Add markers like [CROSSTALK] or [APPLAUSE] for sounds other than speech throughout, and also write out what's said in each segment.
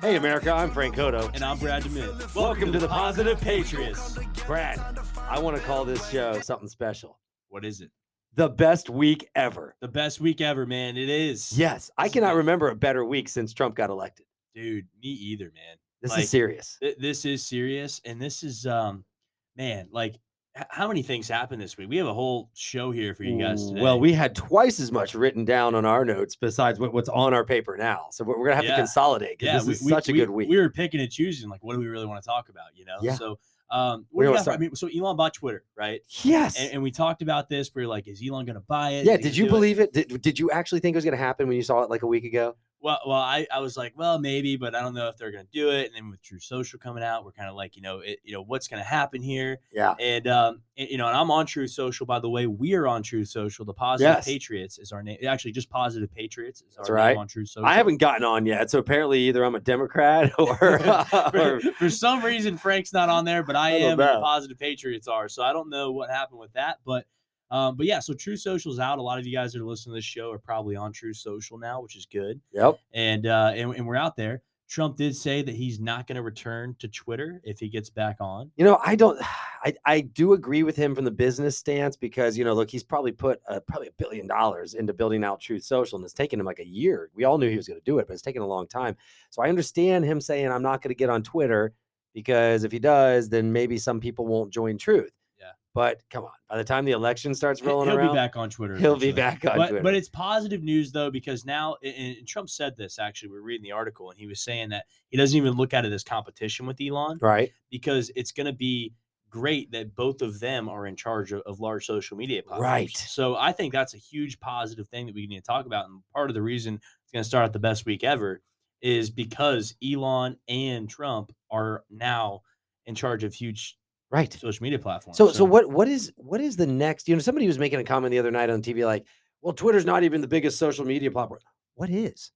Hey, America, I'm Frank Cotto. And I'm Brad DeMint. Welcome to the Positive Patriots. Brad, I want to call this show something special. What is it? The best week ever. The best week ever, man. It is. Yes, I cannot remember a better week since Trump got elected. Dude, me either, man. This Like- is serious. Th- this is serious. And this is, um, man, like, h- how many things happened this week? We have a whole show here for you guys today. Well, we had twice as much written down on our notes besides what, what's on our paper now. So we're, we're gonna have Yeah. to consolidate because yeah, this we, is we- such we- a good week. We were picking and choosing, like, what do we really want to talk about, you know? Yeah. So, um, We what don't do you got? for- I start- mean, so Elon bought Twitter, right? yes. And, and we talked about this. We were like, is Elon going to buy it? yeah. Is Did he gonna you do it? believe it? Did, did you actually think it was gonna happen when you saw it like a week ago? Well, well, I, I was like, well, maybe, but I don't know if they're going to do it. And then with True Social coming out, we're kind of like, you know, it, you know, what's going to happen here? Yeah. And um, and, you know, and I'm on True Social, by the way. We are on True Social. The Positive Yes. Patriots is our name. Actually, just Positive Patriots is That's our right. name on True Social. I haven't gotten on yet, so apparently either I'm a Democrat [LAUGHS] [LAUGHS] or, For, [LAUGHS] or [LAUGHS] for some reason, Frank's not on there, but I, I don't am. And the know. Positive Patriots are. So I don't know what happened with that, but. Um, but yeah, so True Social's out. A lot of you guys that are listening to this show are probably on True Social now, which is good. yep. and uh, and, and we're out there. Trump did say that he's not going to return to Twitter if he gets back on. You know, I don't. [SIGHS] I, I do agree with him from the business stance because you know, look, he's probably put uh, probably a billion dollars into building out Truth Social, and it's taken him like a year. We all knew he was going to do it, but it's taken a long time. So I understand him saying, "I'm not going to get on Twitter because if he does, then maybe some people won't join Truth." Yeah. But come on, by the time the election starts He- He'll rolling around, be back on Twitter. he'll be eventually. back on but, Twitter. But it's positive news though because now and, and Trump said this actually. We are reading the article and he was saying that he doesn't even look at it as competition with Elon right. because it's going to be great that both of them are in charge of, of large social media platforms. Right. So I think that's a huge positive thing that we need to talk about. And part of the reason it's going to start out the best week ever is because Elon and Trump are now in charge of huge Right. social media platforms. So, so what what is what is the next? You know, somebody was making a comment the other night on TV, like, "Well, Twitter's not even the biggest social media platform." What is?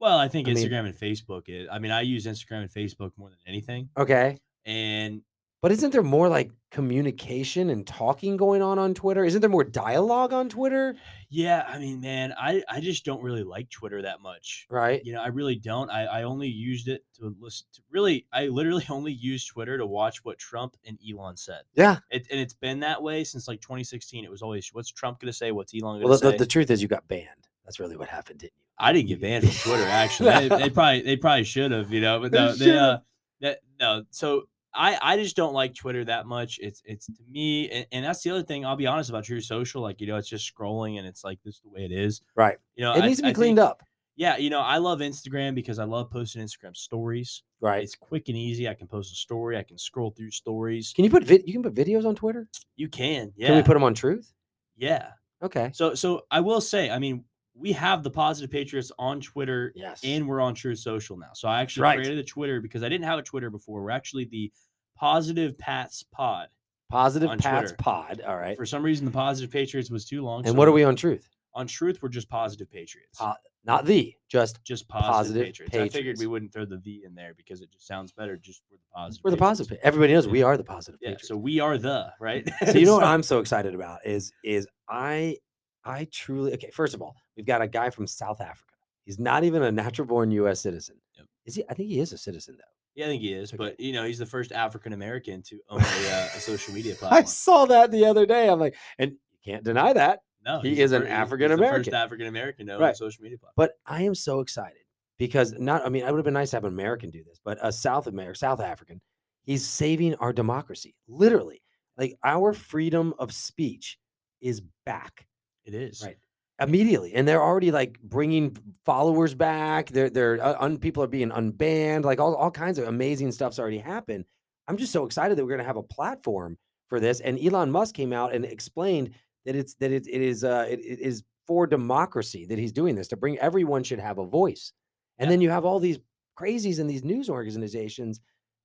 Well, I think I mean- Instagram and Facebook. Is, I mean, I use Instagram and Facebook more than anything, Okay, and but isn't there more like communication and talking going on on Twitter? Isn't there more dialogue on Twitter? yeah, I mean, man, I I just don't really like Twitter that much. Right. you know, I really don't. I, I only used it to listen to really, I literally [LAUGHS] only used Twitter to watch what Trump and Elon said. Yeah. It, and it's been that way since like 2016. It was always, what's Trump going to say? What's Elon going to Well, the, say? the, the truth is, you got banned. That's really what happened, didn't you? I didn't get banned from Twitter, actually. they, [LAUGHS] they probably, they probably should have, you know, but They no, they, should've. uh, that, no. So I, I just don't like Twitter that much. It's, it's to me, and, and that's the other thing. I'll be honest about True Social. Like, you know, it's just scrolling and it's like, this is the way it is. Right. You know, it needs to be cleaned cleaned up. up. Yeah, you know, I love Instagram because I love posting Instagram stories. Right. It's quick and easy. I can post a story. I can scroll through stories. Can you put vid- you can put videos on Twitter? You can, yeah, Can we put them on Truth? yeah. Okay. So, so I will say, I mean, we have the Positive Patriots on Twitter, Yes. and we're on True Social now. So I actually right. created a Twitter because I didn't have a Twitter before. We're actually the Positive Pats Pod. Positive on Pats Twitter. Pod. All right. For some reason, the Positive Patriots was too long. And so what are we on Truth? on Truth? We're just Positive Patriots. Po- Not the just just positive, Positive patriots. I figured Patriots. we wouldn't throw the V in there because it just sounds better. Just we're the positive. we're the Patriots. positive. Everybody knows Yeah. we are the positive. Yeah, Patriots. so we are the right. [LAUGHS] so you know what [LAUGHS] So- I'm so excited about is is I I truly okay. First of all, we've got a guy from South Africa. He's not even a natural born U.S. citizen. Yep. Is he? I think he is a citizen though. yeah, I think he is, Okay. but you know, he's the first African American to own a, uh, a [LAUGHS] social media I platform. saw that the other day. I'm like, and you can't deny that. No, he he's the is an fir- he's- he's the African-American. First African American to own a Right. social media platform. But I am so excited because not. I mean, it would have been nice to have an American do this, but a South American, South African, he's saving our democracy. Literally, like our freedom of speech is back. It is Right. immediately and they're already like bringing followers back they're they're uh, un, people are being unbanned like all, all kinds of amazing stuff's already happened i'm just so excited that we're going to have a platform for this and elon musk came out and explained that it's that it, it is uh it, it is for democracy that he's doing this to bring everyone should have a voice and Yeah. then you have all these crazies in these news organizations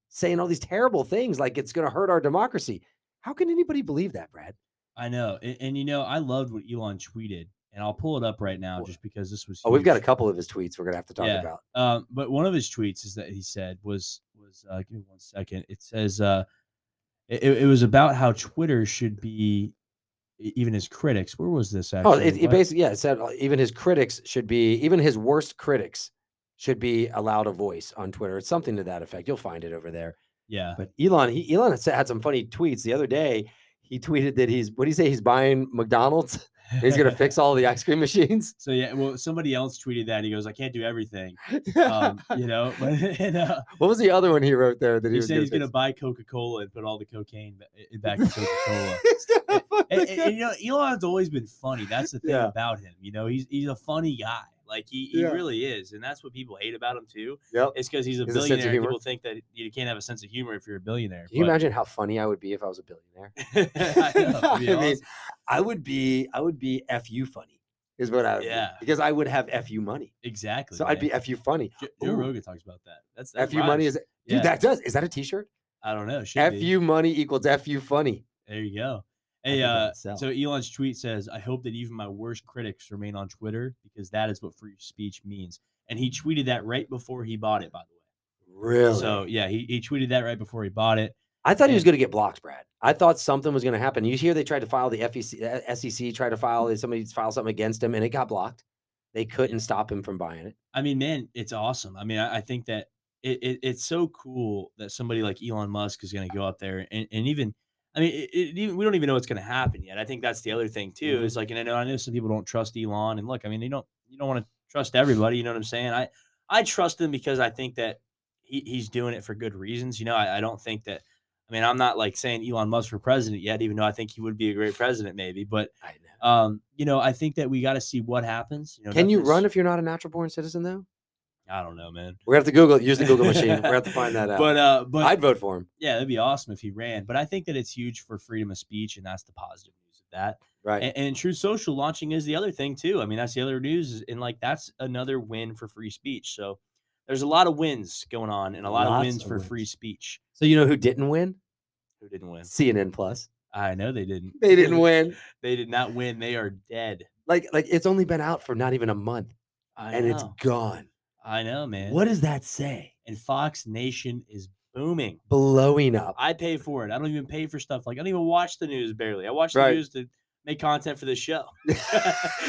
saying all these terrible things like it's going to hurt our democracy how can anybody believe that brad I know, and, and you know, I loved what Elon tweeted, and I'll pull it up right now Wha- just because this was. oh we've got a huge. couple of his tweets we're going to have to talk Yeah. about Um, but one of his tweets is that he said was was uh, give me one second. It says uh, it, it it was about how Twitter should be, e- even his critics. Where was this actually? Oh, it, it What- basically yeah. It said uh, even his critics should be even his worst critics should be allowed a voice on Twitter. It's something to that effect. You'll find it over there. Yeah. But Elon, he, Elon has had some funny tweets the other day. He tweeted that he's what do you say? He's buying McDonald's. [LAUGHS] and He's [LAUGHS] gonna fix all the ice cream machines. [LAUGHS] So yeah, well, somebody else tweeted that he goes, "I can't do everything," um, you know. [LAUGHS] But, and, uh, [LAUGHS] what was the other one he wrote there that he, he was said he's gonna gonna buy Coca Cola and put all the cocaine ba- i- back [LAUGHS] in Coca Cola. fix? He's gonna fuck and, the and- and, you know, Elon's always been funny. [LAUGHS] That's the thing uh Yeah. about him. You know, he's he's a funny guy. Like he, he Yeah. really is, and that's what people hate about him too. co- Yep. It's because he's a He has a sense of billionaire. and humor. people think that you can't have a sense of humor if you're a billionaire. Can you but- imagine how funny I would be if I was a billionaire? [LAUGHS] [LAUGHS] I know, it'd be I mean, awesome. I would be I would be fu funny is what I would Yeah. be because I would have fu money. exactly. So I'd be man. fu funny. Jo- Joe ooh. Rogan talks about that. That's that Fu money rhymes. is dude. Yeah. That does is that a T-shirt? I don't know. it should be. Fu money equals fu funny. There you go. I Hey, think that uh, would sell. so Elon's tweet says, "I hope that even my worst critics remain on Twitter because that is what free speech means." And he tweeted that right before he bought it, by the way. Really? So yeah, he, he tweeted that right before he bought it. I thought he was and- going to get blocked, Brad. I thought something was going to happen. You hear they tried to file the FEC, uh, SEC tried to file somebody filed something against him, and it got blocked. They couldn't stop him from buying it. I mean, man, it's awesome. I mean, I, I think that it, it it's so cool that somebody like Elon Musk is going to go out there and, and even. I mean, it, it, even, we don't even know what's going to happen yet. I think that's the other thing too. Mhm. Is like, and I know I know some people don't trust Elon. And look, I mean, you don't you don't want to trust everybody. You know what I'm saying? I I trust him because I think that he, he's doing it for good reasons. You know, I, I don't think that. I mean, I'm not like saying Elon Musk for president yet, even though I think he would be a great president, maybe. But I know. um, you know, I think that we got to see what happens. You know, Can that you this- run if you're not a natural born citizen, though? I don't know, man. We're going to have to Google it. Use the Google machine. We're going to [LAUGHS] have to find that out. But uh, but I'd vote for him. yeah, that'd be awesome if he ran. But I think that it's huge for freedom of speech, and that's the positive news of that. Right. And, and True Social launching is the other thing too. I mean, that's the other news, is- and like that's another win for free speech. So there's a lot of wins going on, and a lot of Lots wins of for free wins. speech. so you know who didn't win? Who didn't win? CNN Plus. I know they didn't. They didn't win. They did not win. They are dead. Like, like it's only been out for not even a month, I and know. it's gone. I know, man. What does that say? And Fox Nation is booming. Blowing up. [LAUGHS] [LAUGHS] I pay for it. I don't even pay for stuff like I don't even watch the news barely. I watch the Right. news to make content for the show. [LAUGHS]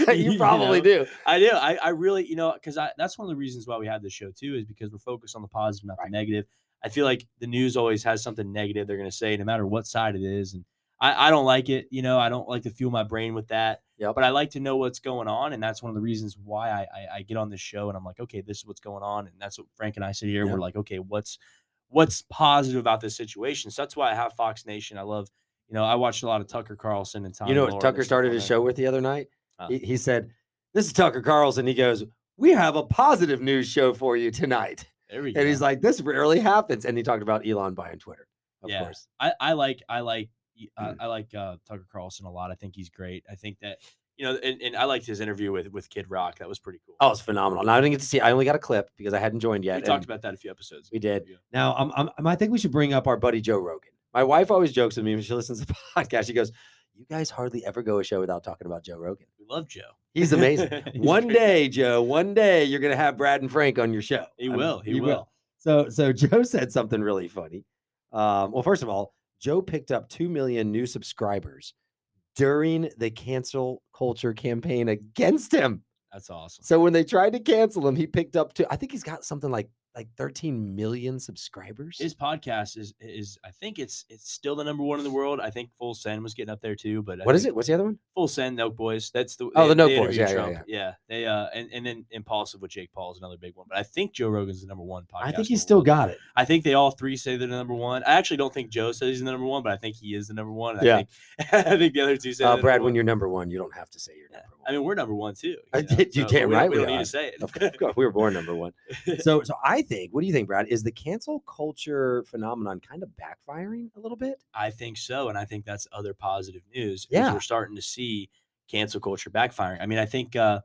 you You probably know? do. I do. I, I really, you know, because I that's one of the reasons why we have this show too, is because we're focused on the positive, not Right. the negative. I feel like the news always has something negative they're gonna say, no matter what side it is. And I, I don't like it, you know, I don't like to fuel my brain with that. Yep. But I like to know what's going on, and that's one of the reasons why I, I, I get on this show and I'm like, okay, this is what's going on, and that's what Frank and I sit here. Yep. We're like, okay, what's what's positive about this situation? So that's why I have Fox Nation. I love, you know, I watched a lot of Tucker Carlson and Tom. You know Lauren what and Tucker stuff started on his there. show with the other night? Uh. He, he said, This is Tucker Carlson. He goes, We have a positive news show for you tonight. There we And go. he's like, This rarely happens. And he talked about Elon buying Twitter, of Yeah. course. I, I like I like Mm. I, I like uh, Tucker Carlson a lot. I think he's great. I think that you know, and, and I liked his interview with with Kid Rock. That was pretty cool. Oh, it's phenomenal. Now I didn't get to see, I only got a clip because I hadn't joined we yet. talked and about that a few episodes. we did. ago. Now, um, um, um, I think we should bring up our buddy Joe Rogan. My wife always jokes with me when she listens to [LAUGHS] the podcast. She goes, You guys hardly ever go a show without talking about Joe Rogan. We love Joe. He's amazing. [LAUGHS] He's one great. day, Joe, one day you're going to have Brad and Frank on your show. he I- will. He, will. So so [LAUGHS] Joe said something really funny. Um, well, first of all, Joe picked up two million new subscribers during the cancel culture campaign against him. That's awesome. So when they tried to cancel him, he picked up two. I think he's got something like like 13 million subscribers. His podcast is is I think it's it's still the number [LAUGHS] one in the world. I think Full Send was getting up there too. But I what is think it? What's the other one? Full Send, Note Boys. That's the Oh, the Note they Boys. interviewed Yeah, yeah, Trump. They uh and, and then Impulsive with Jake Paul is another big one. But I think Joe Rogan's the number one podcast. I think in he's the still world. got it. I think they all three say they're the number one. I actually don't think Joe says he's the number one, but I think he is the number one. and Yeah. I think, [LAUGHS] I think the other two say. Uh, they're Brad, number when one. you're number one, you don't have to say you're Yeah. number one. I mean, we're number one too. I you know, did- you so damn we don't- right We we don't need are. to say it. [LAUGHS] Of course, of course, we were born number one. So, so I think. What do you think, Brad? Is the cancel culture phenomenon kind of backfiring a little bit? I think so, and I think that's other positive news. is Yeah. we're starting to see cancel culture backfiring. I mean, I think uh,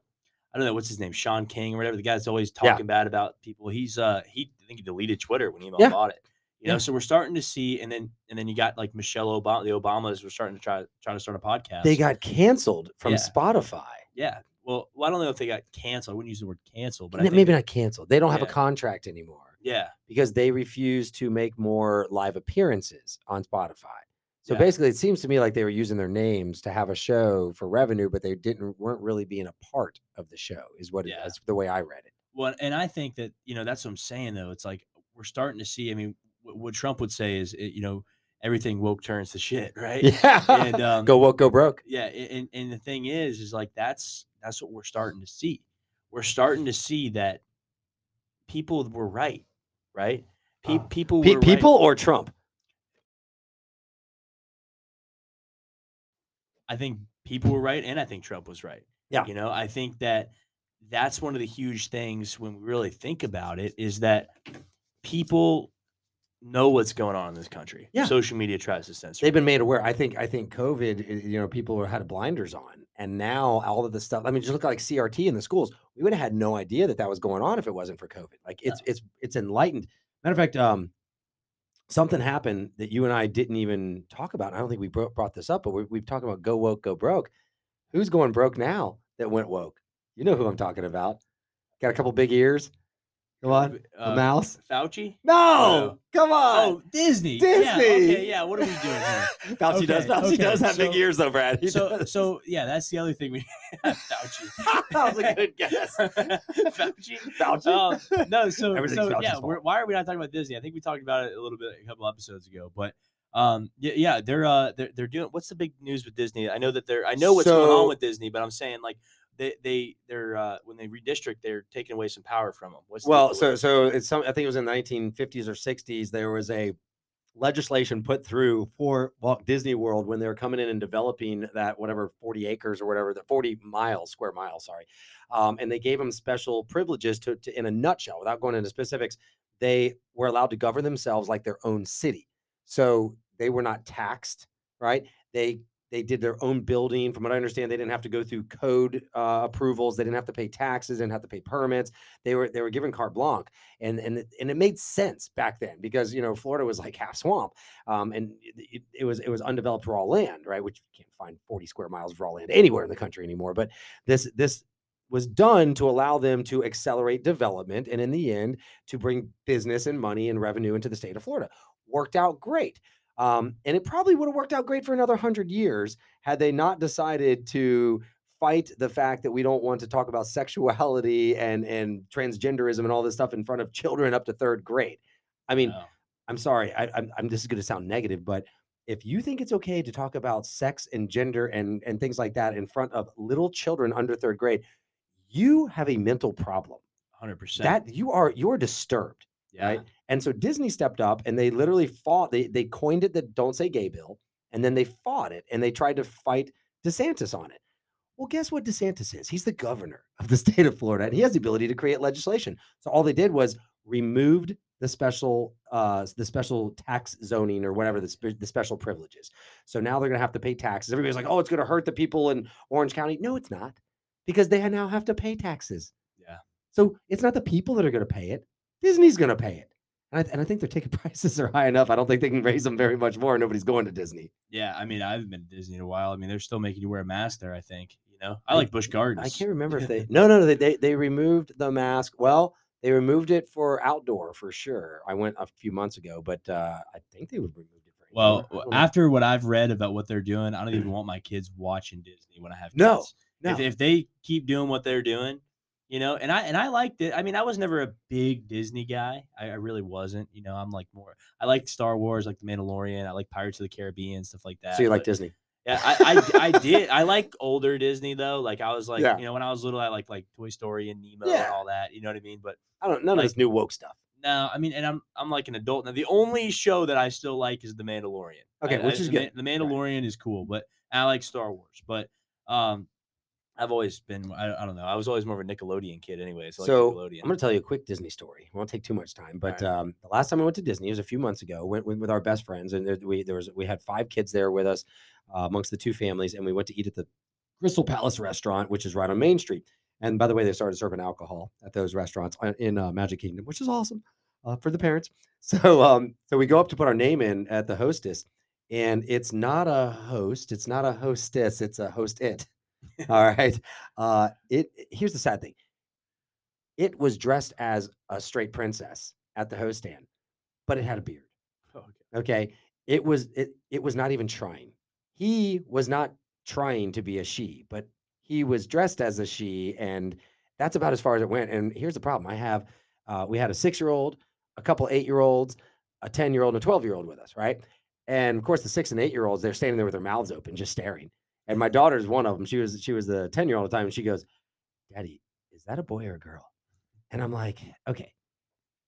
I don't know what's his name, Sean King or whatever. The guy's always Yeah. talking bad about people. He's uh, he I think he deleted Twitter when Elon Yeah. bought it. You Yeah. know, so we're starting to see, and then and then you got like Michelle Obama, the Obamas were starting to try try to start a podcast. They got canceled from Yeah. Spotify. Yeah. Well, well, I don't know if they got canceled. I wouldn't use the word canceled, but I N- think maybe that- not canceled. They don't have a Yeah. contract anymore Yeah. because they refuse to make more live appearances on Spotify. So Yeah. basically, it seems to me like they were using their names to have a show for revenue, but they didn't weren't really being a part of the show. Is what it, Yeah. that's the way I read it. Well, and I think that you know that's what I'm saying though. It's like we're starting to see. I mean, what, what Trump would say is, it, you know, everything woke turns to shit, [LAUGHS] right? [LAUGHS] Yeah. And, um, go woke, go broke. yeah a- and and the thing is is like that's that's what we're starting to see we're starting to see that people were right right Pe- Uh, people Pe- were right. people or Trump? i think people were right and i think trump was right Yeah. you know i think that that's one of the huge things when we really think about it is that people know what's going on in this country Yeah. social media tries to censor They've been made aware. I think. I think COVID. i- You know, people were- had blinders on, and now all of the stuff. I mean, just look at, like CRT in the schools. We would have had no idea that that was going on if it wasn't for COVID. Like it's it's it's enlightened. Matter of fact, um, something happened that you and I didn't even talk about. I don't think we bro- brought this up, but we we've talked about go woke, go broke. Who's going broke now? That went woke. You know who I'm talking about. Got a couple big ears. Come on, a Uh, mouse. fauci No, come on. oh disney yeah Disney. okay yeah what are we doing here Fauci does. Okay, Fauci okay, does have big so- ears though, Brad. [LAUGHS] He so does. [LAUGHS] so yeah, that's the other thing we [LAUGHS] Fauci. [LAUGHS] that was a good guess. Fauci. Fauci. Oh, no, so, Everything's so Fauci's yeah, fault. we're, why are we not talking about Disney? I think we talked about it a little bit a couple episodes ago, but um, yeah, yeah, they're uh, they're, they're doing. What's the big news with Disney? I know that they're. I know what's going So- on with Disney, but I'm saying like they they they're uh, when they redistrict, they're taking away some power from them. What's the- well, what- so so it's some. I think it was in the 1950s or 60s. There was a legislation put through for Walt Disney World when they were coming in and developing that whatever 40 acres or whatever the 40 miles square miles, sorry, um, and they gave them special privileges to, to. In a nutshell, without going into specifics, they were allowed to govern themselves like their own city. So they were not taxed, right? They they did their own building. From what I understand, they didn't have to go through code uh, approvals. They didn't have to pay taxes. Didn't have to pay permits. They were they were given carte blanche, and and it- and it made sense back then because you know Florida was like half swamp, um, and it, it- it was it was undeveloped raw land, right? Which you can't find forty square miles of raw land anywhere in the country anymore. But this this was done to allow them to accelerate development, and in the end, to bring business and money and revenue into the state of Florida. Worked out great. Um, and it probably would have worked out great for another 100 years had they not decided to fight the fact that we don't want to talk about [LAUGHS] sexuality and, and transgenderism and all this stuff in front of children up to third grade. I mean, Oh, I'm sorry, I, I'm, I'm, this is going to sound negative, but if you think it's okay to talk about sex and gender and, and things like that in front of little children under third grade, you have a mental problem. 100%. That you are you're disturbed. yeah. right? And so Disney stepped up and they literally fought. They they coined it the "Don't Say Gay" bill, and then they fought it and they tried to fight DeSantis on it. Well, guess what DeSantis is? He's the governor of the [LAUGHS] state of Florida, and he has the ability to create legislation. So all they did was removed the special uh the special tax zoning or whatever the, spe- the special privileges. So now they're going to have to pay taxes. Everybody's like, "Oh, it's going to hurt the people in Orange County." No, it's not. Because they now have to pay taxes. Yeah. So it's not the people that are going to pay it. Disney's going to pay it. And I, th- and I think their ticket [LAUGHS] prices are high enough. I don't think they can raise them very much more. Nobody's going to Disney. Yeah, I mean, I haven't been to Disney in a while. I mean, they're still making you wear a mask there, I think. You know, I I- like Busch Gardens. I can't remember if they. No, no, no. They, they they removed the mask. Well, they removed it for outdoor for sure. I went a few months ago, but uh, I think they would remove it. For indoor. Well, I don't know. after what I've read about what they're doing, I don't even want my kids watching Disney when I have kids. Mm-hmm. No, If, if they keep doing what they're doing, you know, and I and I liked it. I mean, I was never a big Disney guy. I, I really wasn't. You know, I'm like more. I like Star Wars, like The Mandalorian. I like Pirates of the Caribbean, stuff like that. so you like but- Disney? Yeah, I, I I did. I like older Disney though. Like [LAUGHS] I was like, Yeah. you know, when I was little, I like like Toy Story and Nemo Yeah. and all that. You know what I mean? But I don't. None like- of this new woke stuff. no, I mean, and I'm I'm like an adult now. The only show that I still like is The Mandalorian. Okay, I- I- which is the Ma- good. The Mandalorian is cool, but I like Star Wars. But um, I've always been I, I don't know. I was always more of a Nickelodeon kid, anyway. So, So, like Nickelodeon. I'm going to tell you a quick Disney story. It won't take too much time, but um, the last time I went to Disney it was a few months ago. Went with, with our best friends, and there, we there was we had five kids there with us, uh, amongst the two families, and we went to eat at the Crystal Palace restaurant, which is right on Main Street. And by the way, they started serving alcohol at those restaurants on- in uh, Magic Kingdom, which is awesome uh, for the parents. [LAUGHS] So um, so we go up to put our name in at the hostess, and it's not a host, it's not a hostess, it's a host [LAUGHS] it. All right. Uh, it here's the sad thing it was dressed as a straight princess at the host stand, but it had a beard. Oh, okay. Okay. It was it it was not even trying. He was not trying to be a she, but he was dressed as a she and That's about as far as it went. And here's the problem: I have, uh, we had a six-year-old, a couple eight-year-olds, a ten-year-old, and a twelve-year-old with us, right? And of course, the six and eight-year-olds, they're standing there with their mouths open, just staring. And [LAUGHS] my daughter's one of them. She was she was the ten-year-old at the time, and she goes, "Daddy, is that a boy or a girl?" And I'm like, "Okay."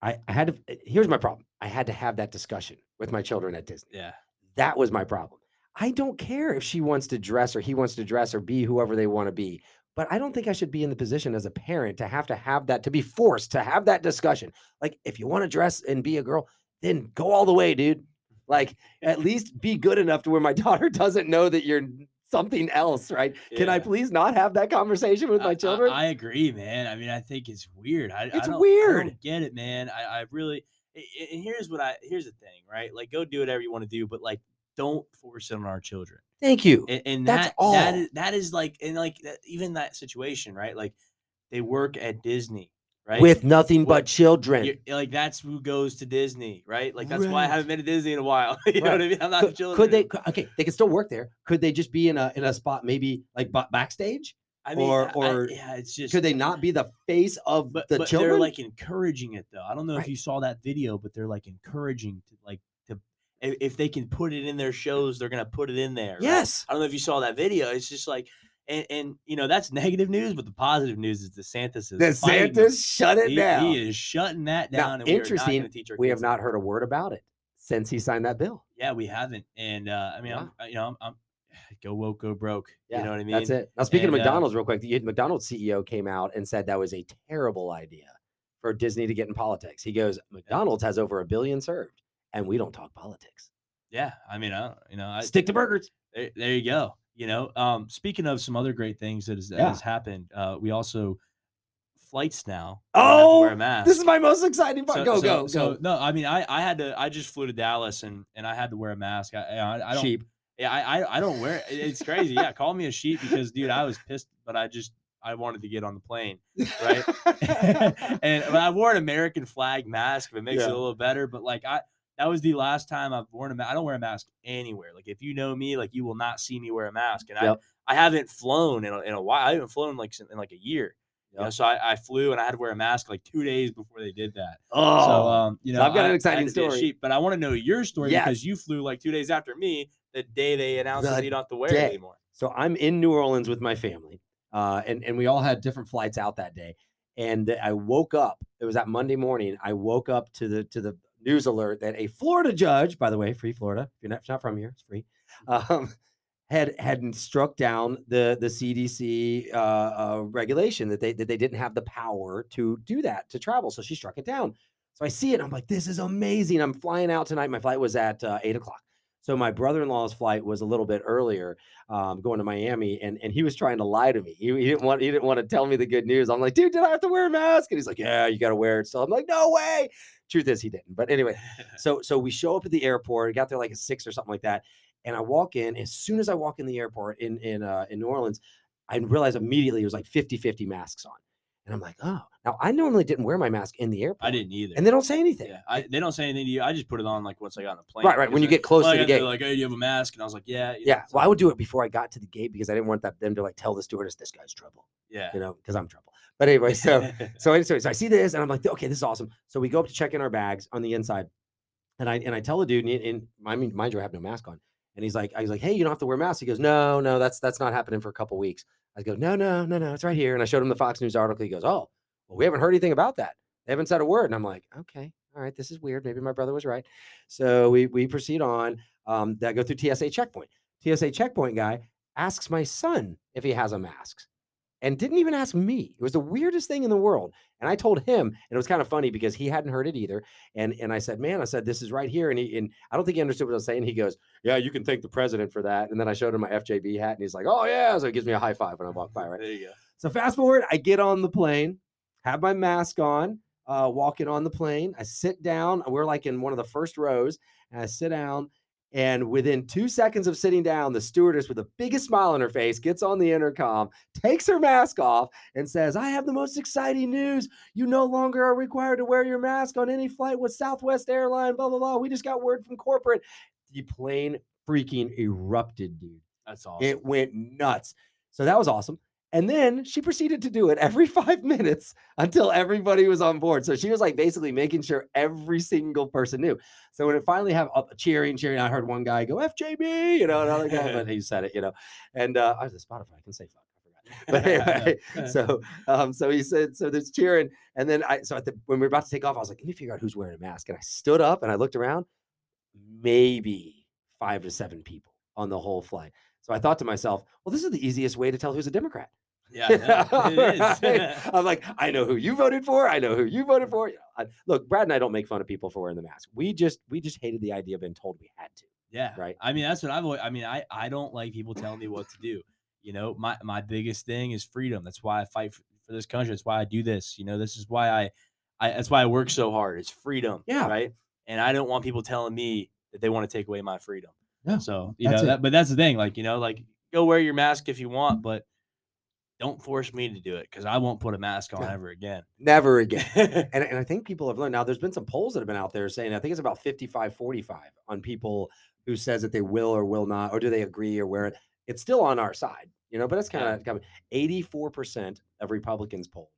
I, I had to. eh, Here's my problem. I had to have that discussion with my children at Disney. Yeah. That was my problem. I don't care if she wants to dress or he wants to dress or be whoever they want to be. But I don't think I should be in the position as a parent to have to have that, to be forced to have that discussion. Like, if you want to dress and be a girl, then go all the way, dude. Like, at least be good enough to where my [LAUGHS] daughter doesn't know that you're something else, right? Can I Yeah. please not have that conversation with I- my I- children? I, agree, man. I mean, I think it's weird. I, I It's don't- I don't weird. get it, man. I, I really. a- a- And here's what I here's the thing, right? Like, go do whatever you want to do, but like, don't force it on our children. Thank you. And, and That's that that all. is, that is like, and like that, even that situation, right? Like, they work at Disney, right? With nothing What- but children. You're- like that's who goes to Disney, right? Like that's why I Right. haven't been to Disney in a while. [LAUGHS] you know what I mean? I'm not could, children. could they? cou- okay, they could still work there. Could they just be in a in a spot maybe like ba- backstage? I mean, or- I- I- or yeah, it's just Could they not be the face of but, the but children? they're like encouraging it though. I don't know if Right. you saw that video, but they're like encouraging to like to if, if they can put it in their shows, they're gonna put it in there. right? yes, I don't know if you saw that video. It's just like and and you know that's negative news, but the positive news is DeSantis is fighting it. DeSantis shut it he, down. He is shutting that Now, down. and we are not gonna interesting, teach our we have kids not heard a word about it since he signed that bill. Yeah, we haven't. And uh, I mean, Yeah. I'm, I- you know, I'm, [SIGHS] I'm go woke, go broke. Yeah, you know what I mean? That's it. Now speaking And, of uh, McDonald's, real quick, the McDonald's CEO came out and said that was a terrible idea for Disney to get in politics. He goes, McDonald's has over a billion served, and we don't talk politics. Yeah, I mean, I, don't- you know, I, Stick to burgers. there, there you go. You know, um, speaking of some other great things that has, that Yeah. has happened, uh, we also flights now. don't have to wear Oh, a mask. This is my most exciting part. So- go, so- go, go. so- No, I mean, I, I had to. I just flew to Dallas and and I had to wear a mask. I, I, I don't. Sheep. Yeah, I, I, I don't wear. it- It's crazy. Yeah, call me a sheep because, dude, I was pissed, but I just I wanted to get on the plane. right? [LAUGHS] [LAUGHS] and but I wore an American flag mask if it makes it Yeah. a little better. But like I that was the last time I've worn a mask. I don't wear a mask anywhere. Like if you know me, like you will not see me wear a mask. And Yep. I I haven't flown in a, in a while. I haven't flown like sin- in like a year. You know, Yep. so I, I flew and I had to wear a mask like two days before they did that. oh, so um, you so know, I've got an I- I exciting had to be a story. sheep, but I want to know your story Yes. because you flew like two days after me, the day they announced The that you don't have to wear day. it anymore. so I'm in New Orleans with my family, uh, and and we all had different flights out that day. And I woke up. It was that Monday morning. I woke up to the to the news alert that a Florida judge, by the way, free Florida. If you're not, if you're not from here, it's free. Um, had had struck down the the CDC uh, uh, regulation that they that they didn't have the power to do that to travel. So she struck it down. So I see it. I'm like, this is amazing. I'm flying out tonight. My flight was at uh, eight o'clock. So my brother-in-law's flight was a little bit earlier, um, going to Miami, and and he was trying to lie to me. He, he didn't want he didn't want to tell me the good news. I'm like, dude, did I have to wear a mask? And he's like, yeah, you got to wear it. So I'm like, no way. Truth is, he didn't. But anyway, so so we show up at the airport. Got there like at six or something like that. And I walk in. As soon as I walk in the airport in in uh, in New Orleans, I realized immediately it was like 50-50 masks on. And I'm like, oh. Now I normally didn't wear my mask in the airport. I didn't either. And they don't say anything. Yeah, I, they don't say anything to you. I just put it on like once I got on the plane. Right, right. because When you they're- get close well, to I the got there, gate. like, hey, do you have a mask? And I was like, yeah, you know, Yeah. Well, I so- would do it before I got to the gate because I didn't want that, them to like tell the stewardess this guy's trouble, yeah. you [LAUGHS] know, because I'm trouble. But [LAUGHS] anyway, so so anyway, so I see this and I'm like, okay, this is awesome. So we go up to check in our bags on the inside, and I and I tell the dude, and, and I mean, mind you, I have no mask on, and he's like, I was like, hey, you don't have to wear masks. He goes, no, no, that's that's not happening for a couple weeks. I go, no, no, no, no, it's right here. And I showed him the Fox News article. He goes, oh, well, we haven't heard anything about that. They haven't said a word. And I'm like, okay, all right, this is weird. Maybe my brother was right. So we we proceed on. Um, that go through TSA checkpoint. TSA checkpoint guy asks my son if he has a mask, and didn't even ask me. It was the weirdest thing in the world. And I told him, and it was kind of funny because he hadn't heard it either. And and I said, man, I said this is right here. And he and I don't think he understood what I was saying. He goes, yeah, you can thank the president for that. And then I showed him my FJB hat, and he's like, oh yeah. So he gives me a high five when I walk by, right? There you go. So fast forward, I get on the plane, have my mask on, uh, walking on the plane. I sit down. We're like in one of the first rows, and I sit down. And within two seconds of sitting down, the stewardess with the biggest smile on her face gets on the intercom, takes her mask off, and says, I have the most exciting news. You no longer are required to wear your mask on any flight with Southwest Airline, blah, blah, blah. We just got word from corporate. The plane freaking erupted, dude. [LAUGHS] That's awesome. [LAUGHS] It went nuts. So that was awesome. And then she proceeded to do it every [LAUGHS] five minutes until everybody was on board. So she was like basically making sure every single person knew. So when it finally have uh, up cheering, cheering, I heard one guy go FJB, you know, another guy, but he said it, you know, and uh, I was at Spotify. I can say fuck. I [LAUGHS] forgot. But [LAUGHS] anyway, so um, so he said, so there's cheering, and then I so at the when we were about to take off, I was like, let me figure out who's wearing a mask, and I stood up and I looked around, maybe five to seven people on the whole flight. So I thought to myself, well, this is the easiest way to tell who's a [LAUGHS] Democrat. Yeah, [LAUGHS] no, it [LAUGHS] Right? is. I'm like, I know who you voted for. I know who you voted for. You know, I- look, Brad and I don't make fun of people for wearing the mask. We just we just hated the idea of being told we had to. Yeah. Right. I mean, that's what I've always, I mean, I, I don't like people telling me what to do. You know, my, my biggest thing is freedom. That's why I fight for, for this country. That's why I do this. You know, this is why I, I, that's why I work so hard. It's freedom. Yeah. Right. And I don't want people telling me that they want to take away my freedom. No, So, you that's know, it. that, but that's the thing. Like, you know, like go wear your mask if you want, but don't force me to do it because I won't put a mask on No. ever again. Never again. [LAUGHS] and, and I think people have learned now there's been some polls that have been out there saying I think it's about 55 45 on people who says that they will or will not or do they agree or where it it's still on our side you know but that's Yeah. kind of 84% of Republicans polled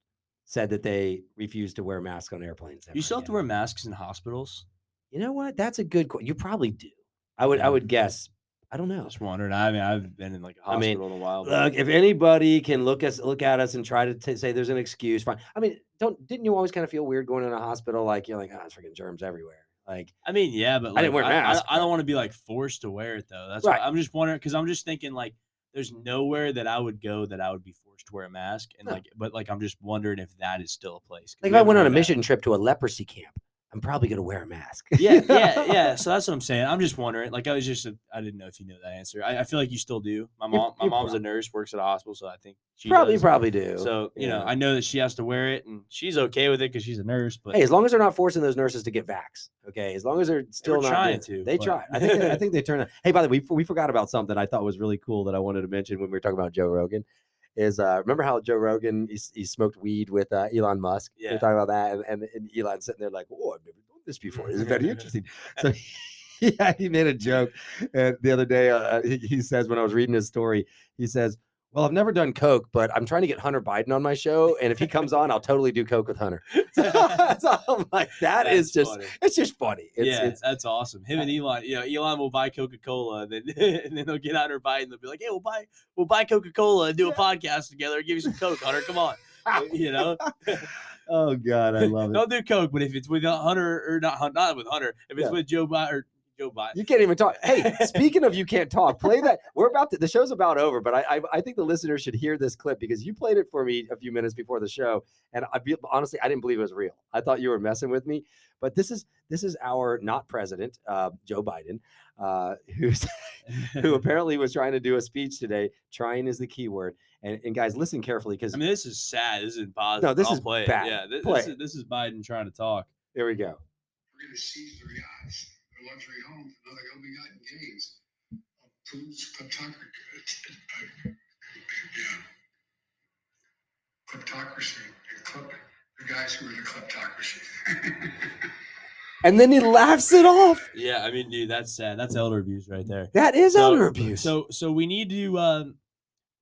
said that they refuse to wear masks on airplanes you ever still have to again. wear masks in hospitals. you know what that's a good question you probably do I would Yeah. I would guess I don't know Just wondering. I mean, I've been in like a I mean, hospital in a while. but- Look, if anybody can look us look at us and try to t- say there's an excuse, fine. I mean, don't didn't you always kind of feel weird going in a hospital like you're like, ah, it's freaking germs everywhere. Like, I mean, yeah, but like, I didn't wear a I- mask, I, don't want to be like forced to wear it though. That's Right. why I'm just wondering because I'm just thinking like, there's nowhere that I would go that I would be forced to wear a mask, and No. like, but like, I'm just wondering if that is still a place. 'cause like we if I haven't went on a really had- mission trip to a leprosy camp, I'm probably gonna wear a mask. [LAUGHS] yeah, yeah, yeah. So that's what I'm saying. I'm just wondering. Like, I was just, I didn't know if you knew that answer. I, I feel like you still do. My You- mom, my you mom's a prob- nurse, works at a hospital, so I think she probably does. probably do. So you know, yeah. I know that she has to wear it, and she's okay with it because she's a nurse. But [LAUGHS] hey, [LAUGHS] as long as they're not forcing those nurses to get vax, okay. As long as they're still not trying doing- to, they but- [LAUGHS] try. I think they, I think they turn. it- Hey, by the way, we, f- we forgot about something I thought was really cool that I wanted to mention when we were talking about Joe Rogan. Is uh, remember how Joe Rogan he, s- he smoked weed with uh, Elon Musk? We Yeah. were talking about that, and, and, and Elon's sitting there like, "Oh, I've never done this before. This is [LAUGHS] very interesting." So. [LAUGHS] Yeah, he made a joke uh, the other day. Uh, he, he says, when I was reading his story, he says, Well, I've never done Coke, but I'm trying to get Hunter Biden on my show. And if he comes on, I'll totally do Coke with Hunter. [LAUGHS] so I'm like, that is That's just funny. it's just funny. It's, yeah, it's that's awesome. Him and Elon, you know, Elon will buy Coca Cola, and then [LAUGHS] and then they'll get out or buy, and they'll be like, "Hey, we'll buy, we'll buy Coca Cola and do a podcast together. and Give you some Coke, Hunter. Come on, [LAUGHS] you know, oh god, I love it. don't do Coke, but if it's with Hunter or not, Hun- not with Hunter, if it's Yeah. with Joe Biden or Joe Biden, You can't even [LAUGHS] talk. Hey, speaking of you can't talk, play that. We're about to, the show's about over, but I, I I think the listeners should hear this clip because you played it for me a few minutes before the show, and I be, honestly I didn't believe it was real. I thought you were messing with me, but this is this is our not president, uh, Joe Biden, uh, [LAUGHS] who's who apparently was trying to do a speech today. Trying is the key word, and and guys, listen carefully because I mean, this is sad. This is impossible. this I'll is play it. bad. Yeah, this, Play this, it. is, this is Biden trying to talk. here we go. We're going to seize their yachts, their luxury homes, and other ill-begotten gains of Putin's kleptocracy, yeah, kleptocracy, and klep- the guys who are the kleptocracy. [LAUGHS] And then he laughs it off. Yeah, I mean, dude, that's sad. That's elder abuse right there. That is So- elder abuse. So so we need to um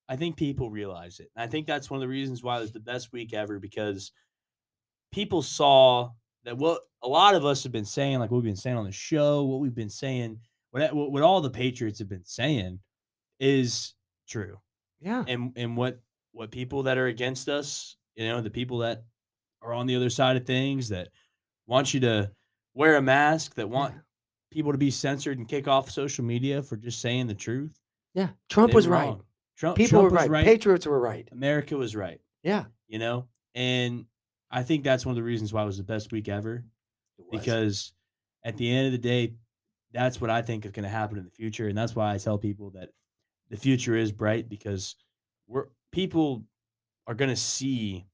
I think people realize it. I think that's one of the reasons why it was the best week ever because people saw that what a lot of us have been saying, like what we've been saying on the show, what we've been saying, what what, what all the Patriots have been saying is true. yeah. And and what what people that are against us, you know, the people that are on the other side of things that want you to wear a mask, that want people to be censored and kick off social media for just saying the truth. Yeah. Trump They was were right. wrong. Trump, People Trump were was right. right. Patriots were right. America was right. Yeah. You know, and I think that's one of the reasons why it was the best week ever because at the end of the day, that's what I think is going to happen in the future, and that's why I tell people that the future is bright because we're people are going to see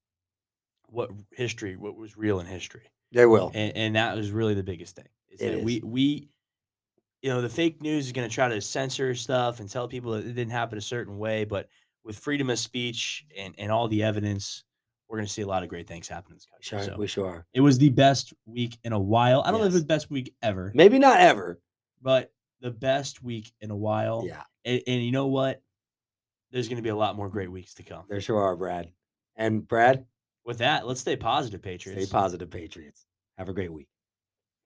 what history, what was real in history they will. and, and that was really the biggest thing. Is It that is. we we, you know, the fake news is going to try to censor stuff and tell people that it didn't happen a certain way, but with freedom of speech and and all the evidence, we're going to see a lot of great things happen in this Sure, country. So we sure are. it was the best week in a while. I don't know if Yes. it was the best week ever, Maybe not ever. but the best week in a while. Yeah. And, and you know what? there's going to be a lot more great weeks to come. There sure are, Brad. And Brad, With that, let's stay positive, Patriots. stay positive, Patriots. Have a great week.